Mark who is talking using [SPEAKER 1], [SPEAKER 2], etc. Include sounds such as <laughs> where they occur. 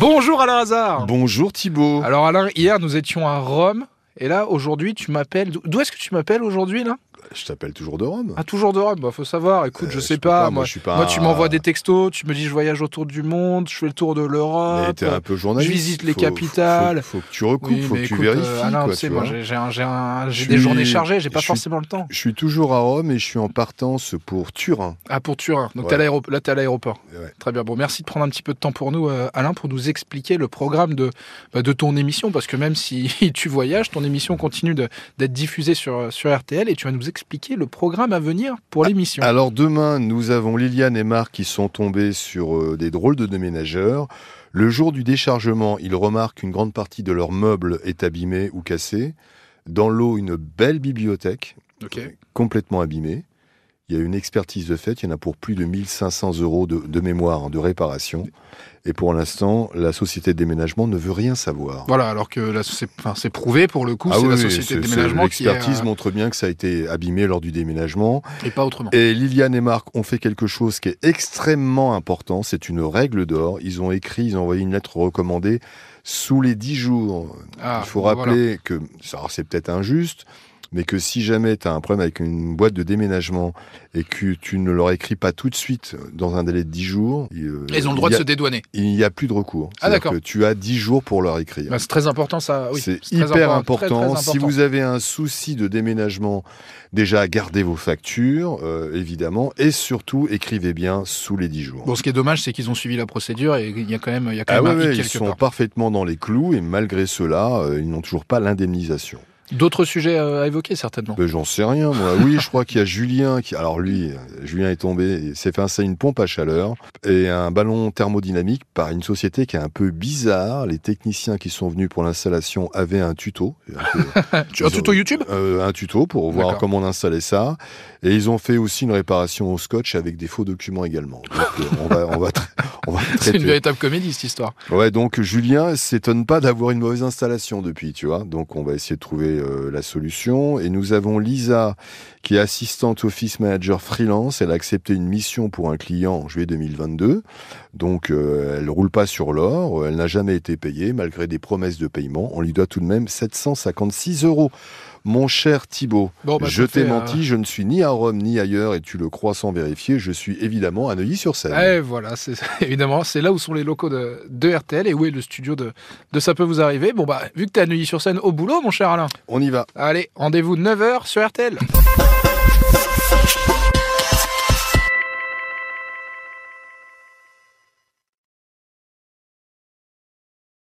[SPEAKER 1] Bonjour Alain Hazard
[SPEAKER 2] Bonjour Thibaut.
[SPEAKER 1] Alors Alain, hier nous étions à Rome, et là aujourd'hui tu m'appelles... D'o- D'où est-ce que tu m'appelles aujourd'hui là
[SPEAKER 2] Je t'appelle toujours de Rome.
[SPEAKER 1] Ah toujours de Rome, bah, faut savoir, écoute,
[SPEAKER 2] Euh,
[SPEAKER 1] je sais
[SPEAKER 2] peux
[SPEAKER 1] pas, moi,
[SPEAKER 2] moi, je suis pas.
[SPEAKER 1] moi, tu m'envoies des textos, tu me dis je voyage autour du monde, je fais le tour de
[SPEAKER 2] Mais
[SPEAKER 1] l'Europe...
[SPEAKER 2] t'es un peu journaliste.
[SPEAKER 1] je visite les
[SPEAKER 2] Faut-
[SPEAKER 1] capitales.
[SPEAKER 2] Faut, faut- faut que tu recoupes,
[SPEAKER 1] Oui,
[SPEAKER 2] faut
[SPEAKER 1] mais
[SPEAKER 2] que tu
[SPEAKER 1] écoute, euh,
[SPEAKER 2] vérifies.
[SPEAKER 1] Alain,
[SPEAKER 2] quoi,
[SPEAKER 1] tu sais,
[SPEAKER 2] tu
[SPEAKER 1] moi
[SPEAKER 2] vois.
[SPEAKER 1] j'ai j'ai un- j'ai un- j'ai
[SPEAKER 2] Je
[SPEAKER 1] des
[SPEAKER 2] suis-
[SPEAKER 1] journées chargées, j'ai pas
[SPEAKER 2] je suis-
[SPEAKER 1] forcément le temps.
[SPEAKER 2] Je suis toujours à Rome et je suis en partance pour Turin.
[SPEAKER 1] Ah, pour Turin. Donc
[SPEAKER 2] Ouais.
[SPEAKER 1] t'es à l'aéro- là, tu à l'aéroport.
[SPEAKER 2] Ouais.
[SPEAKER 1] Très bien. Bon, merci de prendre un petit peu de temps pour nous, euh, Alain, pour nous expliquer le programme de, bah, de ton émission. Parce que même si <laughs> tu voyages, ton émission continue de- d'être diffusée sur, euh, sur RTL et tu vas nous expliquer le programme à venir
[SPEAKER 2] Ah.
[SPEAKER 1] pour l'émission.
[SPEAKER 2] Alors demain, nous avons Liliane et Marc qui sont tombés sur euh, des drôles de déménageurs. Le jour du déchargement, ils remarquent qu'une grande partie de leur meuble est abîmée ou cassée. Dans l'eau, une belle bibliothèque
[SPEAKER 1] Ok.
[SPEAKER 2] complètement abîmée. Il y a une expertise de fait, il y en a pour plus de 1500 euros de, de mémoire, hein, de réparation. Et pour l'instant, la société de déménagement ne veut rien savoir.
[SPEAKER 1] Voilà, alors que là, c'est enfin, c'est prouvé pour le coup, c'est
[SPEAKER 2] Ah oui,
[SPEAKER 1] la
[SPEAKER 2] oui,
[SPEAKER 1] société de
[SPEAKER 2] c'est- c'est-
[SPEAKER 1] déménagement qui est,
[SPEAKER 2] L'expertise
[SPEAKER 1] euh,
[SPEAKER 2] montre bien que ça a été abîmé lors du déménagement.
[SPEAKER 1] et pas autrement.
[SPEAKER 2] Et Liliane et Marc ont fait quelque chose qui est extrêmement important, c'est une règle d'or. Ils ont écrit, ils ont envoyé une lettre recommandée sous les 10 jours.
[SPEAKER 1] Ah,
[SPEAKER 2] Il faut
[SPEAKER 1] voilà.
[SPEAKER 2] rappeler euh, que, alors c'est peut-être injuste, mais que si jamais tu as un problème avec une boîte de déménagement et que tu ne leur écris pas tout de suite euh, dans un délai de 10 jours, il, euh,
[SPEAKER 1] Ils ont le droit
[SPEAKER 2] il
[SPEAKER 1] de
[SPEAKER 2] y
[SPEAKER 1] se
[SPEAKER 2] a-
[SPEAKER 1] dédouaner.
[SPEAKER 2] il n'y a plus de recours.
[SPEAKER 1] Ah,
[SPEAKER 2] C'est-à-dire
[SPEAKER 1] d'accord.
[SPEAKER 2] que Tu as 10 jours pour leur écrire.
[SPEAKER 1] Bah, c'est très important, ça. Oui,
[SPEAKER 2] C'est
[SPEAKER 1] très
[SPEAKER 2] hyper important.
[SPEAKER 1] très, très
[SPEAKER 2] Si vous avez un souci de déménagement, déjà gardez vos factures, euh, évidemment, et surtout écrivez bien sous les 10 jours.
[SPEAKER 1] Bon, ce qui est dommage, c'est qu'ils ont suivi la procédure et il y a quand même, il y a quand
[SPEAKER 2] ah
[SPEAKER 1] même un hic
[SPEAKER 2] ouais, ouais, ils
[SPEAKER 1] quelque
[SPEAKER 2] sont
[SPEAKER 1] part.
[SPEAKER 2] parfaitement dans les clous et malgré cela, euh, ils n'ont toujours pas l'indemnisation.
[SPEAKER 1] D'autres sujets euh, à évoquer, certainement.
[SPEAKER 2] Ben, J'en sais rien, moi. Oui, je crois qu'il y a Julien qui. Alors lui, euh, Julien est tombé, il s'est fait installer une pompe à chaleur et un ballon thermodynamique par une société qui est un peu bizarre. Les techniciens qui sont venus pour l'installation avaient un
[SPEAKER 1] <laughs>
[SPEAKER 2] tuto. Un peu-
[SPEAKER 1] Tu as
[SPEAKER 2] Ils ont-
[SPEAKER 1] tout au YouTube
[SPEAKER 2] Euh, un tuto pour voir
[SPEAKER 1] D'accord.
[SPEAKER 2] comment on installait ça. Et ils ont fait aussi une réparation au scotch avec des faux documents également. Donc, euh, on va, on va, tra- on va
[SPEAKER 1] <laughs> C'est une
[SPEAKER 2] traiter.
[SPEAKER 1] véritable comédie cette histoire.
[SPEAKER 2] Ouais, donc Julien s'étonne pas d'avoir une mauvaise installation depuis, tu vois. Donc on va essayer de trouver euh, la solution. Et nous avons Lisa, qui est assistante office manager freelance. Elle a accepté une mission pour un client en juillet 2022. Donc euh, elle roule pas sur l'or. Elle n'a jamais été payée malgré des promesses de paiement. On lui doit tout de même 756 euros. Mon cher Thibault,
[SPEAKER 1] Bon, bah,
[SPEAKER 2] je
[SPEAKER 1] ça fait,
[SPEAKER 2] t'ai
[SPEAKER 1] euh,
[SPEAKER 2] menti, je ne suis ni à Rome ni ailleurs, et tu le crois sans vérifier, je suis évidemment à Neuilly-sur-Seine.
[SPEAKER 1] Eh voilà, c'est <laughs> évidemment, c'est là où sont les locaux de, de RTL et où est le studio de, de Ça peut vous arriver. Bon bah, vu que t'es à Neuilly-sur-Seine au boulot, mon cher Alain,
[SPEAKER 2] On y va.
[SPEAKER 1] allez, rendez-vous 9h sur RTL.